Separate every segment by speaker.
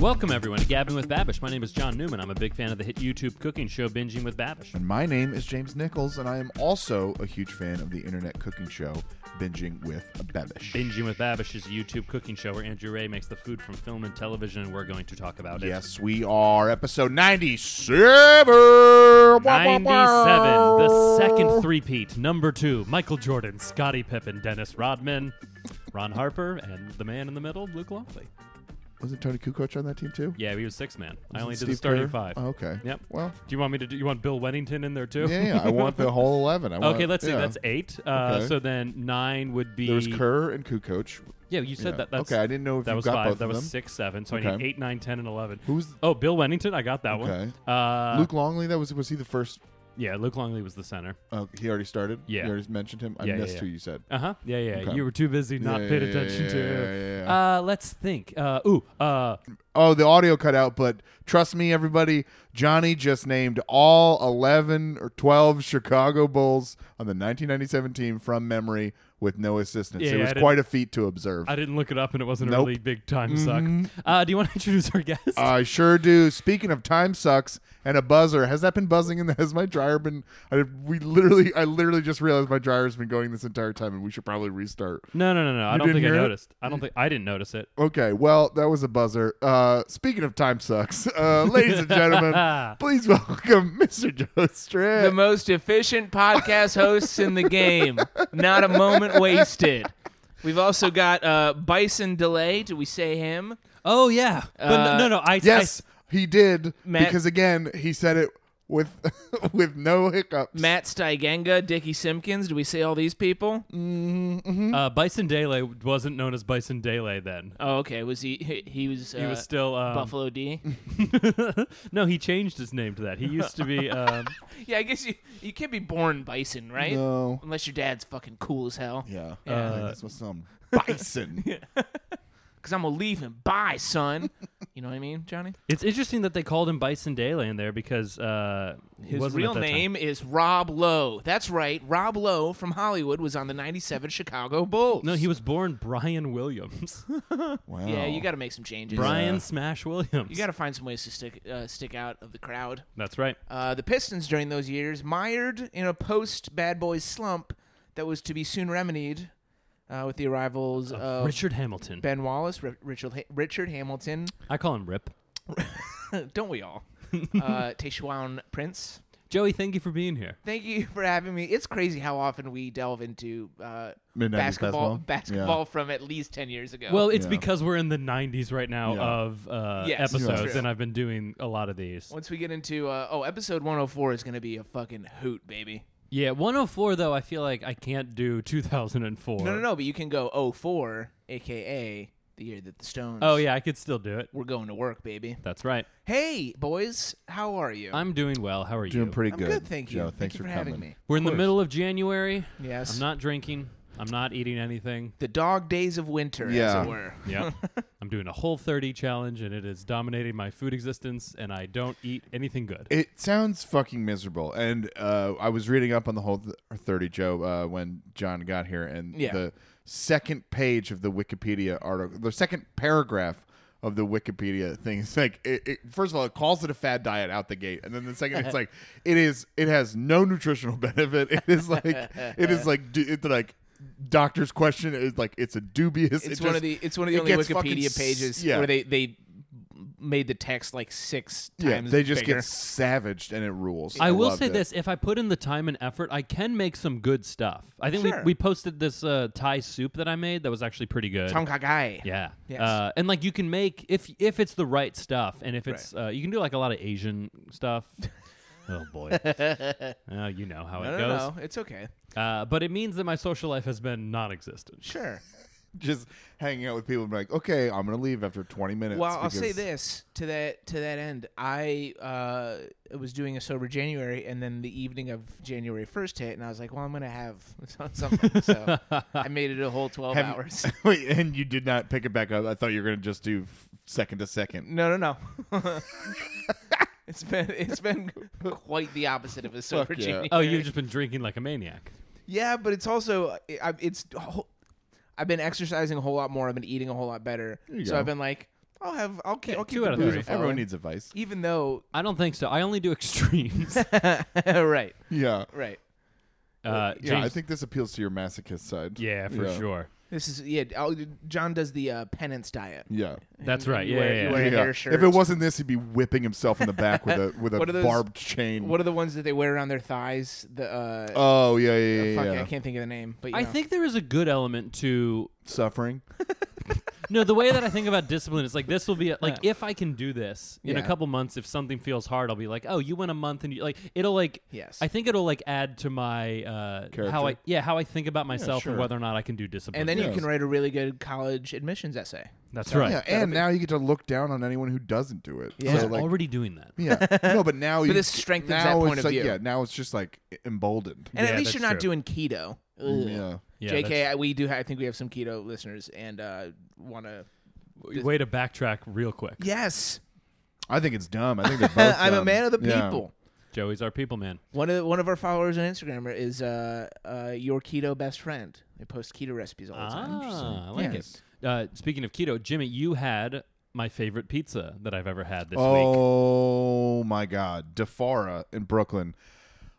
Speaker 1: Welcome everyone to Gabbing with Babish. My name is John Newman. I'm a big fan of the hit YouTube cooking show Binging with Babish.
Speaker 2: And my name is James Nichols, and I am also a huge fan of the internet cooking show Binging with Bebish.
Speaker 1: Binging with Babish is a YouTube cooking show where Andrew Ray makes the food from film and television, and we're going to talk about it.
Speaker 2: yes, we are episode 97. Wah, wah,
Speaker 1: 97,
Speaker 2: wah.
Speaker 1: the second three-peat. Number two, Michael Jordan, Scottie Pippen, Dennis Rodman, Ron Harper, and the man in the middle, Luke Longley.
Speaker 2: Wasn't Tony Kukoc on that team too?
Speaker 1: Yeah, he was six man. I only did the
Speaker 2: Steve
Speaker 1: starting
Speaker 2: Kerr?
Speaker 1: five.
Speaker 2: Oh, okay.
Speaker 1: Yep.
Speaker 2: Well,
Speaker 1: Do you want me to do? You want Bill Wennington in there too?
Speaker 2: yeah, yeah, I want the whole 11. I want,
Speaker 1: okay, let's see.
Speaker 2: yeah.
Speaker 1: That's eight. Uh,
Speaker 2: Okay.
Speaker 1: So then nine would be.
Speaker 2: There was Kerr and Kukoc.
Speaker 1: Yeah, you said
Speaker 2: Yeah.
Speaker 1: that. That's,
Speaker 2: okay, I didn't know if
Speaker 1: that
Speaker 2: you
Speaker 1: was
Speaker 2: got
Speaker 1: five.
Speaker 2: both
Speaker 1: that
Speaker 2: of
Speaker 1: was
Speaker 2: them.
Speaker 1: six, seven. So I need
Speaker 2: Okay.
Speaker 1: eight, nine, ten, and eleven.
Speaker 2: Who's
Speaker 1: Oh, Bill Wennington. I got that
Speaker 2: Okay.
Speaker 1: one. Uh,
Speaker 2: Luke Longley? That was was he the first?
Speaker 1: Yeah, Luke Longley was the center.
Speaker 2: Oh, he already started.
Speaker 1: Yeah.
Speaker 2: you already mentioned him. I
Speaker 1: Yeah, yeah,
Speaker 2: missed
Speaker 1: yeah.
Speaker 2: who you said.
Speaker 1: Uh huh. Yeah, yeah.
Speaker 2: Okay.
Speaker 1: You were too busy not
Speaker 2: Yeah,
Speaker 1: paying
Speaker 2: yeah, yeah,
Speaker 1: attention to.
Speaker 2: yeah, yeah, yeah.
Speaker 1: Uh, let's think. Uh, ooh. Uh,
Speaker 2: Oh, the audio cut out, but trust me, everybody, Johnny just named all 11 or 12 Chicago Bulls on the 1997 team from memory with no assistance.
Speaker 1: Yeah,
Speaker 2: it
Speaker 1: I
Speaker 2: was
Speaker 1: didn't-
Speaker 2: quite a feat to observe.
Speaker 1: I didn't look it up, and it wasn't a
Speaker 2: Nope. Uh,
Speaker 1: really big time
Speaker 2: Mhm.
Speaker 1: suck. Uh, do you want to introduce our guest?
Speaker 2: I sure do. Speaking of time sucks and a buzzer, has that been buzzing? And has my dryer been? I, we literally, I literally just realized my dryer's been going this entire time, and we should probably restart.
Speaker 1: no, no, no, no. I don't
Speaker 2: didn't
Speaker 1: think I
Speaker 2: hear it?
Speaker 1: noticed. I don't think I didn't notice it.
Speaker 2: Okay, well, that was a buzzer. Uh, speaking of time sucks, uh, ladies and gentlemen, please welcome Mr. Joe Strand.
Speaker 3: the most efficient podcast hosts in the game. Not a moment wasted. We've also got uh, Bison Delay. Did we say him?
Speaker 1: Oh yeah, but
Speaker 3: Uh,
Speaker 1: no, no, no. I I-
Speaker 2: Yes, he did.
Speaker 3: Matt-
Speaker 2: because again, he said it with with no hiccups.
Speaker 3: Matt Steigenga, Dickie Simpkins. Did we say all these people?
Speaker 2: Mm-hmm.
Speaker 1: uh, Bison Dele wasn't known as Bison Dele then.
Speaker 3: Oh, okay. Was he? He, he was. Uh,
Speaker 1: He was still um,
Speaker 3: Buffalo D.
Speaker 1: no, he changed his name to that. He used to be. Um,
Speaker 3: yeah, I guess you you can't be born Bison, right?
Speaker 2: No.
Speaker 3: Unless your dad's fucking cool as hell.
Speaker 2: Yeah.
Speaker 3: Yeah.
Speaker 2: Uh, this was some bison.
Speaker 3: Cause I'm gonna leave him. Bye, son. you know what I mean, Johnny?
Speaker 1: it's interesting that they called him Bison Dele in there because uh, he
Speaker 3: His
Speaker 1: wasn't at
Speaker 3: real
Speaker 1: that time.
Speaker 3: name is Rob Lowe. That's right. Rob Lowe from Hollywood was on the '97 Chicago Bulls.
Speaker 1: No, he was born Brian Williams.
Speaker 2: wow.
Speaker 3: Yeah, you got to make some changes.
Speaker 1: Brian Smash Williams.
Speaker 3: You got to find some ways to stick uh, stick out of the crowd.
Speaker 1: That's right.
Speaker 3: Uh, the Pistons during those years mired in a post Bad Boys slump that was to be soon remedied uh, with the arrivals of
Speaker 1: Richard Hamilton.
Speaker 3: Ben Wallace, R- Richard Ha- Richard Hamilton.
Speaker 1: I call him Rip.
Speaker 3: Don't we all? uh, Tayshaun Prince.
Speaker 1: Joey, thank you for being here.
Speaker 3: Thank you for having me. It's crazy how often we delve into uh,
Speaker 2: Mid-nineties
Speaker 3: basketball
Speaker 2: basketball?
Speaker 3: basketball from at least ten years ago.
Speaker 1: Well, it's
Speaker 2: Yeah.
Speaker 1: because we're in the 90s right now
Speaker 2: Yeah.
Speaker 1: of uh,
Speaker 3: Yes, that's
Speaker 1: episodes,
Speaker 3: true.
Speaker 1: and I've been doing a lot of these.
Speaker 3: once we get into uh, oh, episode one hundred four is going to be a fucking hoot, baby.
Speaker 1: Yeah, 104 though. I feel like I can't do 2004.
Speaker 3: No, no, no. But you can go 04, aka the year that the Stones.
Speaker 1: Oh yeah, I could still do it.
Speaker 3: we're going to work, baby.
Speaker 1: That's right.
Speaker 3: Hey, boys, how are you?
Speaker 1: I'm doing well. How are you?
Speaker 2: doing pretty
Speaker 3: I'm
Speaker 2: good.
Speaker 3: thank you.
Speaker 2: Joe,
Speaker 3: thank
Speaker 2: thanks
Speaker 3: you
Speaker 2: for,
Speaker 3: for,
Speaker 2: coming.
Speaker 3: having me.
Speaker 1: We're in the
Speaker 2: course.
Speaker 1: middle of January.
Speaker 3: Yes,
Speaker 1: I'm not drinking. I'm not eating anything.
Speaker 3: the dog days of winter,
Speaker 2: Yeah.
Speaker 3: as it were.
Speaker 1: Yeah. I'm doing a whole 30 challenge and it is dominating my food existence and I don't eat anything good.
Speaker 2: It sounds fucking miserable. And uh, I was reading up on the whole th- 30 Joe uh, when John got here, and
Speaker 3: Yeah.
Speaker 2: the second page of the Wikipedia article, the second paragraph of the Wikipedia thing is like, it, it, first of all, it calls it a fad diet out the gate, and then the second, it's like, it is, it has no nutritional benefit. It is like, it is like, du- it's like. Doctors question it, it's like it's a dubious.
Speaker 3: It's
Speaker 2: it
Speaker 3: one
Speaker 2: just-
Speaker 3: of the it's one of the
Speaker 2: it
Speaker 3: only
Speaker 2: gets fucking
Speaker 3: Wikipedia
Speaker 2: s-
Speaker 3: pages
Speaker 2: yeah.
Speaker 3: where they they made the text like six
Speaker 2: yeah,
Speaker 3: times.
Speaker 2: they just
Speaker 3: bigger.
Speaker 2: get savaged and it rules.
Speaker 1: I will
Speaker 2: loved
Speaker 1: say
Speaker 2: it.
Speaker 1: this: if I put in the time and effort, I can make some good stuff. I think
Speaker 3: Sure.
Speaker 1: we, we posted this uh, Thai soup that I made that was actually pretty good.
Speaker 3: Tom Kagai.
Speaker 1: yeah,
Speaker 3: Yes.
Speaker 1: uh, and like you can make if if it's the right stuff, and if it's uh, you can do like a lot of Asian stuff. oh boy, oh you know how
Speaker 3: No,
Speaker 1: it
Speaker 3: no,
Speaker 1: goes.
Speaker 3: no, it's okay.
Speaker 1: Uh, but it means that my social life has been non-existent.
Speaker 3: Sure.
Speaker 2: just hanging out with people and be like, okay, I'm gonna leave after 20 minutes.
Speaker 3: Well, I'll say
Speaker 2: because-
Speaker 3: this to that to that end. I uh, was doing a sober January, and then the evening of January first hit, and I was like, "Well, I'm gonna have something." so I made it a whole twelve
Speaker 2: Have you-
Speaker 3: hours.
Speaker 2: Wait, and you did not pick it back up. I thought you were gonna just do f- second to second.
Speaker 3: No, no, no. it's been it's been quite the opposite of a sober
Speaker 2: yeah.
Speaker 3: January.
Speaker 1: Oh, you've just been drinking like a maniac.
Speaker 3: Yeah, but it's also I, it's. I've been exercising a whole lot more. I've been eating a whole lot better.
Speaker 2: you
Speaker 3: So
Speaker 2: go.
Speaker 3: I've been like, I'll have. I'll, keep.
Speaker 1: Yeah,
Speaker 3: I'll keep
Speaker 1: two
Speaker 3: the
Speaker 1: out of
Speaker 3: booze
Speaker 1: three.
Speaker 3: a following.
Speaker 2: Everyone needs advice.
Speaker 3: even though.
Speaker 1: I don't think so. I only do extremes.
Speaker 3: right.
Speaker 2: Yeah.
Speaker 3: Right.
Speaker 1: uh, James,
Speaker 2: Yeah, I think this appeals to your masochist side.
Speaker 1: yeah, for
Speaker 2: Yeah.
Speaker 1: sure.
Speaker 3: This is yeah. I'll, John does the uh, penance diet.
Speaker 2: Yeah.
Speaker 1: That's
Speaker 3: And
Speaker 1: right.
Speaker 3: you
Speaker 1: Yeah,
Speaker 3: wear-
Speaker 1: yeah,
Speaker 3: you
Speaker 1: yeah.
Speaker 3: wear a
Speaker 2: Yeah.
Speaker 3: hair
Speaker 2: If
Speaker 3: shirt.
Speaker 2: it wasn't this, he'd be whipping himself in the back with a with a
Speaker 3: What are those-
Speaker 2: barbed chain.
Speaker 3: What are the ones that they wear around their thighs? The uh,
Speaker 2: oh yeah, yeah,
Speaker 3: uh,
Speaker 2: yeah.
Speaker 3: fuck,
Speaker 2: yeah.
Speaker 3: I can't think of the name. But you
Speaker 1: I
Speaker 3: know.
Speaker 1: think there is a good element to
Speaker 2: Suffering.
Speaker 1: no. The way that I think about discipline is like this will be a, like if I can do this in a
Speaker 3: Yeah.
Speaker 1: couple months. If something feels hard, I'll be like, oh, you went a month and you like it'll like.
Speaker 3: yes.
Speaker 1: I think it'll like add to my uh, how I
Speaker 2: Character.
Speaker 1: yeah how I think about myself
Speaker 2: sure.
Speaker 1: and whether or not I can do discipline.
Speaker 3: and then
Speaker 2: Yeah.
Speaker 3: you can write a really good college admissions essay.
Speaker 1: that's right.
Speaker 2: Yeah, and now you get to look down on anyone who doesn't do it.
Speaker 3: Yeah.
Speaker 2: So,
Speaker 1: We're
Speaker 2: like,
Speaker 1: already doing that.
Speaker 2: yeah. No, but now you,
Speaker 3: this strengthens
Speaker 2: now
Speaker 3: that
Speaker 2: it's
Speaker 3: point of
Speaker 2: like,
Speaker 3: view.
Speaker 2: Yeah, now it's just like emboldened.
Speaker 3: And
Speaker 1: Yeah,
Speaker 3: at least
Speaker 1: that's
Speaker 3: you're not
Speaker 1: true.
Speaker 3: doing keto. Ugh.
Speaker 2: Mm, Yeah.
Speaker 1: Yeah,
Speaker 3: JK, I, we do. ha- I think we have some keto listeners and uh, want to.
Speaker 1: that's- way to backtrack real quick.
Speaker 3: Yes,
Speaker 2: I think it's dumb. I think they're both.
Speaker 3: I'm a
Speaker 2: dumb.
Speaker 3: man of the
Speaker 2: Yeah.
Speaker 3: people.
Speaker 1: Joey's our people man.
Speaker 3: One of one of our followers on Instagram is uh, uh, your keto best friend. They post keto recipes all the time.
Speaker 1: Ah, I like
Speaker 2: Yes.
Speaker 1: it. Uh, speaking of keto, Jimmy, you had my favorite pizza that I've ever had this week.
Speaker 2: Oh my God, DeFara in Brooklyn.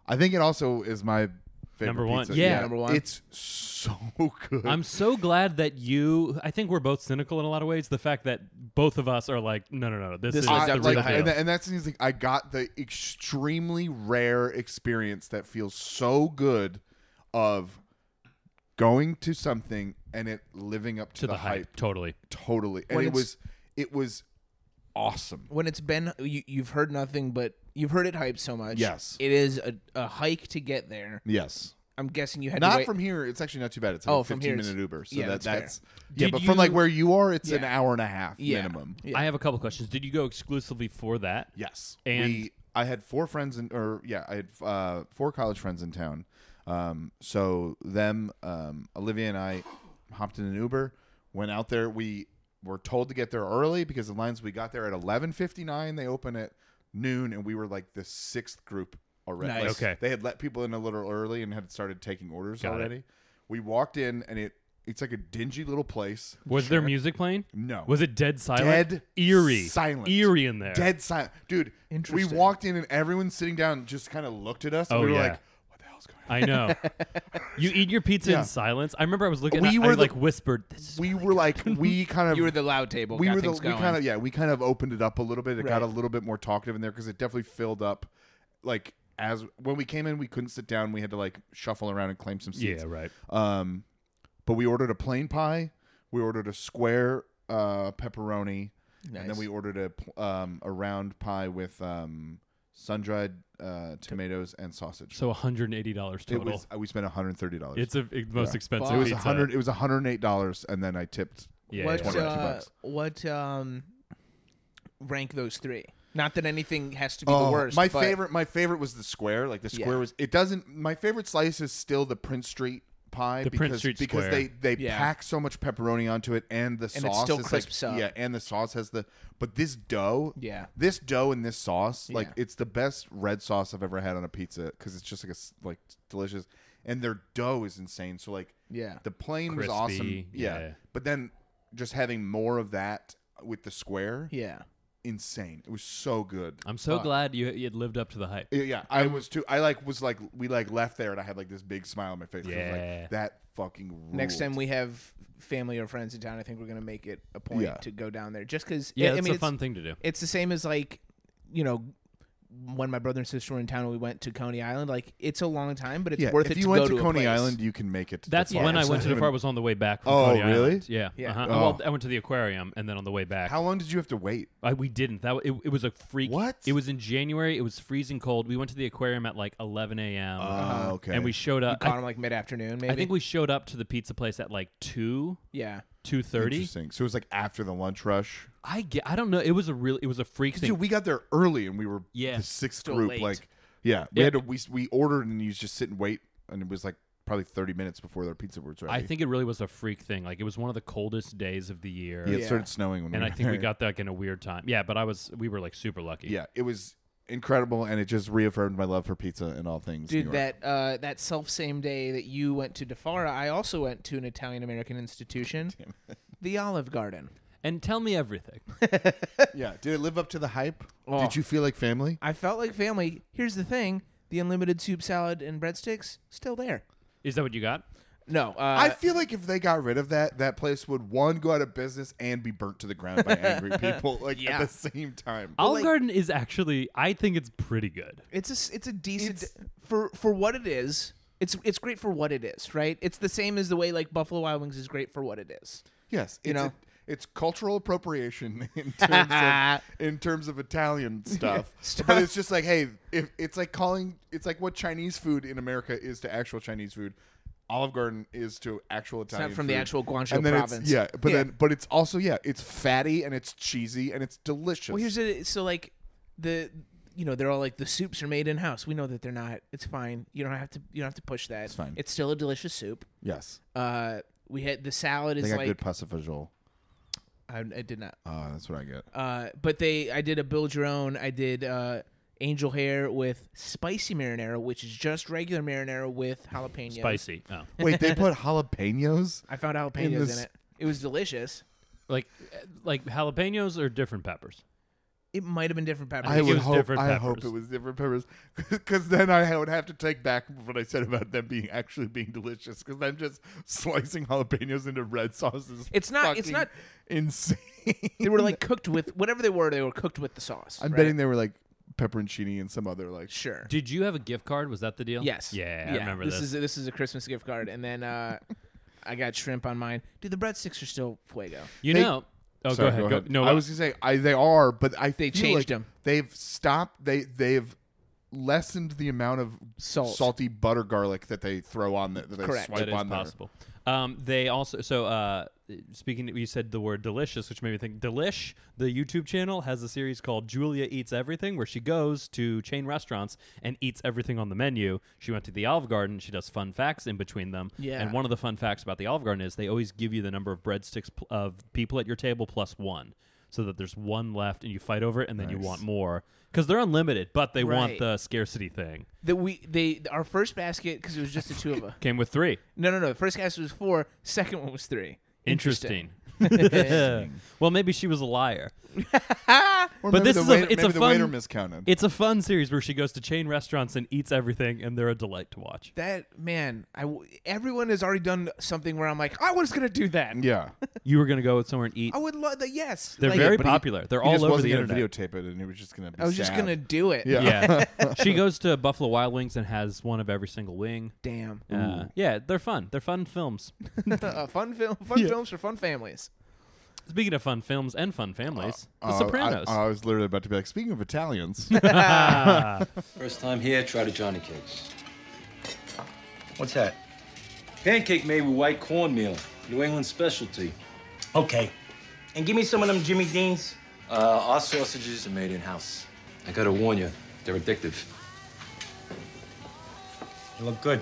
Speaker 2: I think it also is my favorite
Speaker 1: Number one.
Speaker 2: pizza.
Speaker 1: Yeah. Number
Speaker 3: one.
Speaker 2: It's so good.
Speaker 1: I'm so glad that you. I think we're both cynical in a lot of ways. The fact that both of us are like, no, no, no, this,
Speaker 3: This
Speaker 1: is
Speaker 3: is
Speaker 2: I,
Speaker 1: the
Speaker 3: definitely
Speaker 1: real
Speaker 2: like,
Speaker 3: the
Speaker 1: deal.
Speaker 2: and, that, and that's the thing, like I got the extremely rare experience that feels so good of going to something and it living up to,
Speaker 1: to the, hype, totally.
Speaker 2: Totally, and
Speaker 3: When
Speaker 2: it
Speaker 3: it's-
Speaker 2: was it was awesome.
Speaker 3: When it's been you, you've heard nothing but you've heard it hyped so much.
Speaker 2: Yes.
Speaker 3: it is a, a hike to get there.
Speaker 2: Yes.
Speaker 3: I'm guessing you had to
Speaker 2: Not
Speaker 3: wait.
Speaker 2: from here. It's actually not too bad. It's like
Speaker 3: Oh,
Speaker 2: a
Speaker 3: from
Speaker 2: 15
Speaker 3: here it's-
Speaker 2: minute Uber. So
Speaker 3: yeah,
Speaker 2: that,
Speaker 3: that's fair.
Speaker 2: that's yeah.
Speaker 1: Did
Speaker 2: but from like
Speaker 1: you-
Speaker 2: where you are, it's an
Speaker 3: Yeah.
Speaker 2: hour and a half
Speaker 3: Yeah.
Speaker 2: minimum.
Speaker 3: Yeah.
Speaker 1: I have a couple questions. Did you go exclusively for that?
Speaker 2: Yes.
Speaker 1: And-
Speaker 2: we, I had four friends in, or yeah, I had uh, four college friends in town. Um, so them, um, Olivia and I hopped in an Uber, went out there. We were told to get there early because the lines we got there at 11:59. They open at noon, and we were like the sixth group already.
Speaker 3: Nice.
Speaker 2: Like,
Speaker 1: Okay.
Speaker 2: They had let people in a little early and had started taking orders
Speaker 1: Got it.
Speaker 2: already. We walked in, and it it's like a dingy little place.
Speaker 1: Was there music playing?
Speaker 2: No.
Speaker 1: Was it dead silent?
Speaker 2: Dead
Speaker 1: eerie,
Speaker 2: silent.
Speaker 1: eerie in there.
Speaker 2: Dead silent, dude. We
Speaker 3: Interesting.
Speaker 2: walked in and everyone sitting down just kind of looked at us. And
Speaker 1: Oh,
Speaker 2: we were
Speaker 1: yeah.
Speaker 2: like, "What the hell's going on?"
Speaker 1: I know. you eat your pizza
Speaker 2: Yeah.
Speaker 1: in silence. I remember I was looking.
Speaker 2: We
Speaker 1: at,
Speaker 2: were
Speaker 1: I,
Speaker 2: the-
Speaker 1: like whispered. This is
Speaker 2: we were like, we kind of,
Speaker 3: you were the loud table.
Speaker 2: we
Speaker 3: got
Speaker 2: were the,
Speaker 3: things
Speaker 2: we
Speaker 3: going.
Speaker 2: kind of, yeah, we kind of opened it up a little bit. It got
Speaker 3: Right.
Speaker 2: a little bit more talkative in there because it definitely filled up. Like as when we came in, we couldn't sit down. We had to like shuffle around and claim some seats.
Speaker 1: yeah, right.
Speaker 2: Um, but we ordered a plain pie. We ordered a square uh, pepperoni, and then
Speaker 3: Nice.
Speaker 2: we ordered a pl- um, a round pie with um, sun dried uh, tomatoes and sausage.
Speaker 1: So 180 dollars
Speaker 2: it
Speaker 1: total.
Speaker 2: was uh, we spent 130 dollars.
Speaker 1: It's a it- most
Speaker 2: Yeah.
Speaker 1: expensive
Speaker 2: it was
Speaker 1: pizza.
Speaker 2: 100. It was 108 dollars, and then I tipped.
Speaker 1: Yeah,
Speaker 3: what,
Speaker 1: yeah,
Speaker 2: $22
Speaker 1: yeah.
Speaker 3: uh,
Speaker 2: bucks.
Speaker 3: what um rank those three? Not that anything has to be the worst.
Speaker 2: Uh, Oh, my
Speaker 3: but-
Speaker 2: favorite. My favorite was the square. Like the square
Speaker 3: Yeah.
Speaker 2: was. It doesn't. My favorite slice is still the Prince Street pie.
Speaker 1: The
Speaker 2: because,
Speaker 1: Prince Street
Speaker 2: because
Speaker 1: square.
Speaker 2: they they
Speaker 3: Yeah.
Speaker 2: pack so much pepperoni onto it, and the
Speaker 3: And
Speaker 2: sauce
Speaker 3: it's still
Speaker 2: is
Speaker 3: crisps
Speaker 2: like,
Speaker 3: up.
Speaker 2: Yeah, and the sauce has the. But this dough.
Speaker 3: Yeah.
Speaker 2: This dough and this sauce, like
Speaker 3: Yeah.
Speaker 2: it's the best red sauce I've ever had on a pizza because it's just like a s- like delicious, and their dough is insane. So like
Speaker 3: Yeah.
Speaker 2: the plane was
Speaker 1: Crispy,
Speaker 2: awesome. Yeah.
Speaker 1: yeah.
Speaker 2: But then just having more of that with the square,
Speaker 3: Yeah.
Speaker 2: insane. It was so good.
Speaker 1: I'm so glad you, you had lived up to the hype.
Speaker 2: Yeah, yeah, I was too. I like was like we like left there, and I had like this big smile on my face. I was
Speaker 1: Yeah.
Speaker 2: like, that fucking ruled.
Speaker 3: Next time we have family or friends in town, I think we're gonna make it a point
Speaker 2: Yeah.
Speaker 3: to go down there. Just because,
Speaker 1: Yeah,
Speaker 3: I
Speaker 1: it's
Speaker 3: mean,
Speaker 1: a
Speaker 3: it's,
Speaker 1: fun thing to do.
Speaker 3: it's the same as like, you know, when my brother and sister were in town, we went to Coney Island. Like, it's a long time, but it's
Speaker 2: yeah,
Speaker 3: worth
Speaker 2: if
Speaker 3: it
Speaker 2: you
Speaker 3: to
Speaker 2: went
Speaker 3: go
Speaker 2: to
Speaker 3: a
Speaker 2: Coney
Speaker 3: place.
Speaker 2: Island, you can make it. To
Speaker 1: That's
Speaker 2: the
Speaker 1: when I
Speaker 2: farm.
Speaker 1: went to the farm. Was on the way back. From
Speaker 2: Oh,
Speaker 1: Coney Island.
Speaker 2: really?
Speaker 1: Yeah.
Speaker 3: Yeah.
Speaker 1: Uh-huh.
Speaker 2: Oh.
Speaker 1: Well, I went to the aquarium, and then on the way back,
Speaker 2: How long did you have to wait?
Speaker 1: I, we didn't. That wa- it, it was a freak.
Speaker 2: What?
Speaker 1: It was in January. It was freezing cold. We went to the aquarium at like 11 a.m.
Speaker 2: Oh, okay.
Speaker 1: Uh, And we showed up.
Speaker 3: Caught
Speaker 1: I,
Speaker 3: him like mid afternoon, maybe.
Speaker 1: I think we showed up to the pizza place at like two,
Speaker 3: yeah.
Speaker 1: two thirty.
Speaker 2: Interesting. So it was like after the lunch rush.
Speaker 1: I get. I don't know. It was a real. It was a freak thing.
Speaker 2: Dude, we got there early, and we were
Speaker 1: Yeah,
Speaker 2: the sixth
Speaker 3: still
Speaker 2: group.
Speaker 3: late.
Speaker 2: Like, yeah, we
Speaker 1: Yeah.
Speaker 2: had to we we ordered, and you just sit and wait, and it was like probably thirty minutes before their pizza was ready.
Speaker 1: I think it really was a freak thing. Like it was one of the coldest days of the year.
Speaker 2: yeah, it
Speaker 3: Yeah.
Speaker 2: started snowing when
Speaker 1: and
Speaker 2: we
Speaker 1: I
Speaker 2: were
Speaker 1: think we
Speaker 2: there.
Speaker 1: got that like, in a weird time. Yeah, but I was we were like super lucky.
Speaker 2: yeah, it was incredible, and it just reaffirmed my love for pizza and all things. New
Speaker 3: Dude,
Speaker 2: York.
Speaker 3: that uh, that self same day that you went to DeFara, I also went to an Italian American institution, the Olive Garden.
Speaker 1: and tell me everything.
Speaker 2: Yeah. Did it live up to the hype?
Speaker 3: Oh.
Speaker 2: Did you feel like family?
Speaker 3: I felt like family. Here's the thing: the unlimited soup, salad, and breadsticks still there.
Speaker 1: Is that what you got?
Speaker 3: No, uh,
Speaker 2: I feel like if they got rid of that, that place would one go out of business and be burnt to the ground by angry people, like
Speaker 3: Yeah.
Speaker 2: at the same time.
Speaker 1: Olive
Speaker 3: like-
Speaker 1: Garden is actually, I think it's pretty good.
Speaker 3: it's a s- it's a decent
Speaker 2: It's-
Speaker 3: for for what it is. It's it's great for what it is, right? It's the same as the way like Buffalo Wild Wings is great for what it is.
Speaker 2: Yes,
Speaker 3: You
Speaker 2: it's
Speaker 3: know?
Speaker 2: a- it's cultural appropriation in terms of in terms of Italian stuff. But it's just like, hey, if it's like calling it's like what Chinese food in America is to actual Chinese food. Olive Garden is to actual Italian.
Speaker 3: from the
Speaker 2: food.
Speaker 3: actual Guangzhou
Speaker 2: and then it's-
Speaker 3: province.
Speaker 2: yeah, but
Speaker 3: Yeah.
Speaker 2: then but it's also yeah, it's fatty and it's cheesy and it's delicious.
Speaker 3: Well, here's it. So like the you know they're all like the soups are made in house. We know that they're not. It's fine. You don't have to you don't have to push that. It's
Speaker 2: fine.
Speaker 3: It's still a delicious soup.
Speaker 2: yes,
Speaker 3: Uh, we had the salad
Speaker 2: they
Speaker 3: is
Speaker 2: got
Speaker 3: like
Speaker 2: good pasta fagioli.
Speaker 3: I, I did not.
Speaker 2: Oh, that's what I get.
Speaker 3: Uh, but they I did a build your own. I did uh angel hair with spicy marinara, which is just regular marinara with jalapeno.
Speaker 1: Spicy. Oh.
Speaker 2: Wait, they put jalapenos.
Speaker 3: I found jalapenos
Speaker 2: In
Speaker 3: in,
Speaker 2: this-
Speaker 3: it. It was delicious.
Speaker 1: Like, eh, like jalapenos or different peppers?
Speaker 3: It might have been different peppers.
Speaker 2: I
Speaker 1: think it
Speaker 2: would
Speaker 1: was
Speaker 2: hope.
Speaker 1: different
Speaker 2: I hope
Speaker 1: peppers.
Speaker 2: it was different peppers, because then I would have to take back what I said about them being actually being delicious. Because I'm just slicing jalapenos into red sauces.
Speaker 3: It's not- it's not-
Speaker 2: insane.
Speaker 3: they were like cooked with whatever they were. They were cooked with the sauce.
Speaker 2: I'm
Speaker 3: right?
Speaker 2: betting they were like pepperoncini and some other like.
Speaker 3: Sure.
Speaker 1: Did you have a gift card? Was that the deal?
Speaker 3: Yes.
Speaker 1: Yeah, I remember this.
Speaker 3: this. is this is a Christmas gift card, and then uh, I got shrimp on mine. Dude, the breadsticks are still fuego.
Speaker 1: you
Speaker 2: They-
Speaker 1: know. Oh,
Speaker 2: Sorry,
Speaker 1: go ahead. Go No,
Speaker 2: I was gonna say I, they are, but I
Speaker 3: They
Speaker 2: feel
Speaker 3: changed
Speaker 2: like
Speaker 3: them.
Speaker 2: They've stopped. They they've lessened the amount of
Speaker 3: Salt.
Speaker 2: salty butter garlic that they throw on the, that they
Speaker 3: Correct.
Speaker 2: swipe
Speaker 1: that is
Speaker 2: on there.
Speaker 1: possible. Um, they also so uh, speaking. You said the word delicious, which made me think. Delish, the YouTube channel, has a series called Julia Eats Everything, where she goes to chain restaurants and eats everything on the menu. She went to the Olive Garden. She does fun facts in between them.
Speaker 3: Yeah.
Speaker 1: And one of the fun facts about the Olive Garden is they always give you the number of breadsticks pl- of people at your table plus one, so that there's one left, and you fight over it, and then you want more because they're unlimited, but they want
Speaker 3: Right.
Speaker 1: the scarcity thing.
Speaker 3: That we they our first basket because it was just the two of us.
Speaker 1: Came with three.
Speaker 3: No, no, no. The first basket was four. Second one was three.
Speaker 1: Interesting. well, maybe she was a liar.
Speaker 2: Or
Speaker 1: But
Speaker 2: maybe
Speaker 1: this
Speaker 2: the
Speaker 1: is a-
Speaker 2: waiter,
Speaker 1: it's
Speaker 2: maybe
Speaker 1: a
Speaker 2: the
Speaker 1: fun-
Speaker 2: waiter miscounted.
Speaker 1: It's a fun series where she goes to chain restaurants and eats everything, and they're a delight to watch.
Speaker 3: That man, I w- everyone has already done something where I'm like, I was gonna do that.
Speaker 2: yeah.
Speaker 1: You were gonna go with somewhere and eat.
Speaker 3: I would love that. Yes,
Speaker 1: They're
Speaker 3: Like,
Speaker 1: very
Speaker 2: Oh, but he-
Speaker 1: popular. they're
Speaker 2: He
Speaker 1: all
Speaker 2: just
Speaker 1: over
Speaker 2: wasn't
Speaker 1: the
Speaker 2: gonna
Speaker 1: internet.
Speaker 2: videotape it, and he was just gonna. Be
Speaker 3: I was just
Speaker 2: sad.
Speaker 3: gonna do it.
Speaker 2: Yeah.
Speaker 1: Yeah, she goes to Buffalo Wild Wings and has one of every single wing.
Speaker 3: Damn.
Speaker 1: Uh, yeah, they're fun. They're fun films.
Speaker 3: Uh, fun film. Fun films for fun families.
Speaker 1: Speaking of fun films and fun families, The
Speaker 2: Uh, I-
Speaker 1: Sopranos.
Speaker 2: I, was literally about to be like, speaking of Italians,
Speaker 4: First time here, try the Johnny Cakes. What's that? Pancake made with white cornmeal, New England specialty.
Speaker 5: Okay. And give me some of them Jimmy Deans.
Speaker 4: Uh, our sausages are made in house. I gotta warn you, they're addictive.
Speaker 5: They look good.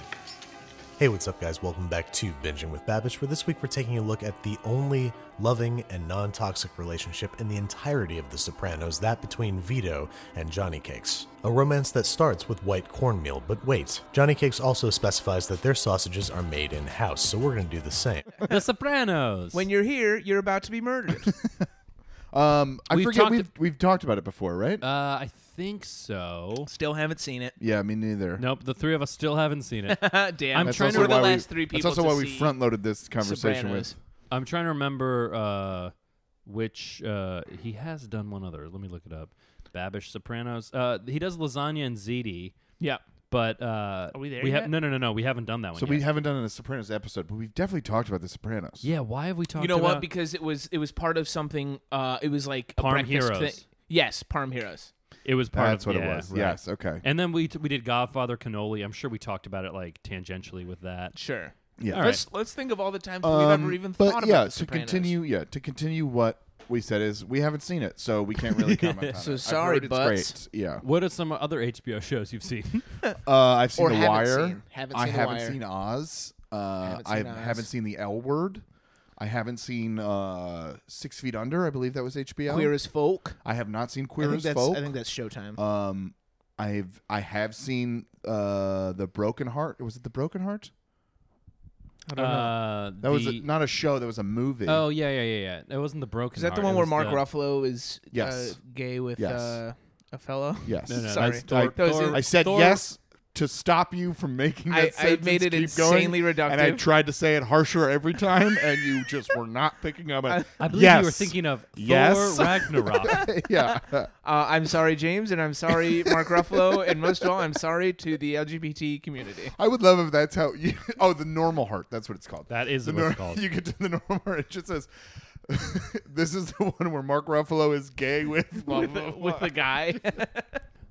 Speaker 6: Hey, what's up, guys? Welcome back to Binging with Babish, where this week we're taking a look at the only loving and non toxic relationship in the entirety of The Sopranos that between Vito and Johnny Cakes. A romance that starts with white cornmeal, but wait, Johnny Cakes also specifies that their sausages are made in house, so we're gonna do the same.
Speaker 2: uh,
Speaker 1: the Sopranos.
Speaker 3: When you're here, you're about to be murdered.
Speaker 2: um, I
Speaker 1: We've
Speaker 2: forget
Speaker 1: talked-
Speaker 2: we've we've talked about it before, right?
Speaker 1: uh, I think so.
Speaker 3: Still haven't seen it.
Speaker 2: yeah, me neither.
Speaker 1: Nope, the three of us still haven't seen it.
Speaker 3: Damn.
Speaker 1: I'm
Speaker 2: That's
Speaker 1: trying to-
Speaker 2: also
Speaker 3: We're the
Speaker 2: why we-
Speaker 3: last three people.
Speaker 2: That's also
Speaker 3: to
Speaker 2: why we
Speaker 3: see
Speaker 2: front loaded this conversation
Speaker 3: Sopranos.
Speaker 1: I'm trying to remember uh, which uh, he has done one other. Let me look it up. Babish Sopranos. Uh, he does lasagna and ziti. Yeah, but uh,
Speaker 3: Are we there
Speaker 1: We
Speaker 3: yet?
Speaker 1: no, no, no, no. We haven't done that
Speaker 2: with.
Speaker 1: one.
Speaker 2: So we
Speaker 1: yet.
Speaker 2: haven't done a Sopranos episode, but we've definitely talked about the Sopranos.
Speaker 1: yeah. Why have we talked?
Speaker 3: You know
Speaker 1: about
Speaker 3: what? Because it was it was part of something. Uh, it was like a
Speaker 1: Parm
Speaker 3: breakfast
Speaker 1: Heroes.
Speaker 3: Thing. Yes, Parm Heroes.
Speaker 1: it was part.
Speaker 2: that's
Speaker 1: of,
Speaker 2: what
Speaker 1: yeah,
Speaker 2: it was.
Speaker 1: right.
Speaker 2: Yes, okay.
Speaker 1: And then we t- we did Godfather Cannoli. I'm sure we talked about it like tangentially with that.
Speaker 3: Sure.
Speaker 2: Yeah.
Speaker 1: All right.
Speaker 3: Let's let's think of all the times that we've
Speaker 2: Um,
Speaker 3: ever even
Speaker 2: but
Speaker 3: thought
Speaker 2: yeah,
Speaker 3: about the
Speaker 2: to
Speaker 3: Sopranos.
Speaker 2: continue, yeah, to continue what we said is we haven't seen it, so we can't really comment. on
Speaker 3: So
Speaker 2: it. I've
Speaker 3: sorry,
Speaker 2: heard it's
Speaker 3: butts.
Speaker 2: great. Yeah,
Speaker 1: What are some other HBO shows you've seen?
Speaker 2: Uh, I've seen
Speaker 3: Or
Speaker 2: The
Speaker 3: haven't
Speaker 2: Wire.
Speaker 3: seen. Haven't
Speaker 2: I
Speaker 3: seen The
Speaker 2: haven't
Speaker 3: Wire.
Speaker 2: seen Oz. Uh,
Speaker 3: Haven't
Speaker 2: I
Speaker 3: seen Oz.
Speaker 2: haven't seen The L Word. I haven't seen uh, Six Feet Under. I believe that was HBO.
Speaker 3: Queer as folk.
Speaker 2: I have not seen
Speaker 3: I
Speaker 2: Queer
Speaker 3: think
Speaker 2: as
Speaker 3: that's-
Speaker 2: Folk.
Speaker 3: I think that's Showtime.
Speaker 2: um, uh, I've I have seen uh, The Broken Heart. Was it The Broken Heart?
Speaker 1: Uh,
Speaker 2: That was a,
Speaker 1: the-
Speaker 2: not a show. That was a movie.
Speaker 1: Oh yeah, yeah, yeah, yeah. It wasn't the broken.
Speaker 3: Is that the
Speaker 1: Heart,
Speaker 3: one
Speaker 1: it
Speaker 3: where
Speaker 1: was
Speaker 3: Mark
Speaker 1: the-
Speaker 3: Ruffalo is uh,
Speaker 2: Yes.
Speaker 3: gay with
Speaker 2: Yes.
Speaker 3: uh, a fellow?
Speaker 2: yes.
Speaker 1: No, no,
Speaker 2: Sorry.
Speaker 1: that's Thor-
Speaker 2: I,
Speaker 3: That was it.
Speaker 2: I said
Speaker 1: Thor-
Speaker 2: yes to stop you from making that
Speaker 3: I- I
Speaker 2: sentence
Speaker 3: made it
Speaker 2: keep
Speaker 3: insanely
Speaker 2: going,
Speaker 3: reductive.
Speaker 2: and I tried to say it harsher every time, and you just were not picking up. on it.
Speaker 1: I believe
Speaker 2: yes.
Speaker 1: you were thinking of
Speaker 2: Yes.
Speaker 1: Thor Ragnarok.
Speaker 2: yeah.
Speaker 3: Uh, I'm sorry, James, and I'm sorry, Mark Ruffalo, and most of all, I'm sorry to the LGBT community.
Speaker 2: I would love if that's how you. Oh, the normal heart. That's what it's called.
Speaker 1: That is
Speaker 2: the
Speaker 1: what it's
Speaker 2: nor-
Speaker 1: called.
Speaker 2: You get to the normal heart. It just says, "This is the one where Mark Ruffalo is gay with."
Speaker 3: With the, with the guy.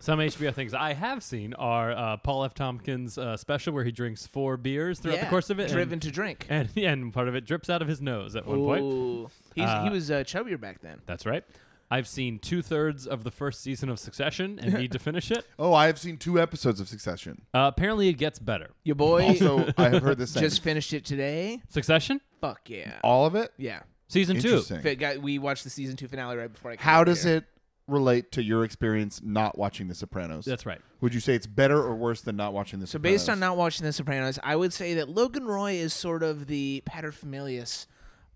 Speaker 1: Some HBO things I have seen are uh, Paul F. Tompkins' uh, special where he drinks four beers throughout the course of it.
Speaker 3: Driven
Speaker 1: and,
Speaker 3: to drink.
Speaker 1: and, and part of it drips out of his nose at one point.
Speaker 3: Ooh. He's, he
Speaker 1: Uh,
Speaker 3: was uh, chubbier back then.
Speaker 1: That's right. I've seen two thirds of the first season of Succession and need to finish it.
Speaker 2: oh, I have seen two episodes of Succession.
Speaker 1: Uh, apparently, it gets better.
Speaker 3: Your boy
Speaker 2: Also, I have heard this. Same.
Speaker 3: just finished it today.
Speaker 1: Succession
Speaker 3: Fuck yeah.
Speaker 2: all of it.
Speaker 3: Yeah.
Speaker 1: season two.
Speaker 2: Interesting.
Speaker 3: Fit guy, we watched the season two finale right before I came
Speaker 2: How
Speaker 3: up
Speaker 2: does
Speaker 3: here.
Speaker 2: it relate to your experience not watching The Sopranos?
Speaker 1: That's right.
Speaker 2: Would you say it's better or worse than not watching The
Speaker 3: So
Speaker 2: Sopranos?
Speaker 3: based on not watching The Sopranos, I would say that Logan Roy is sort of the paterfamilias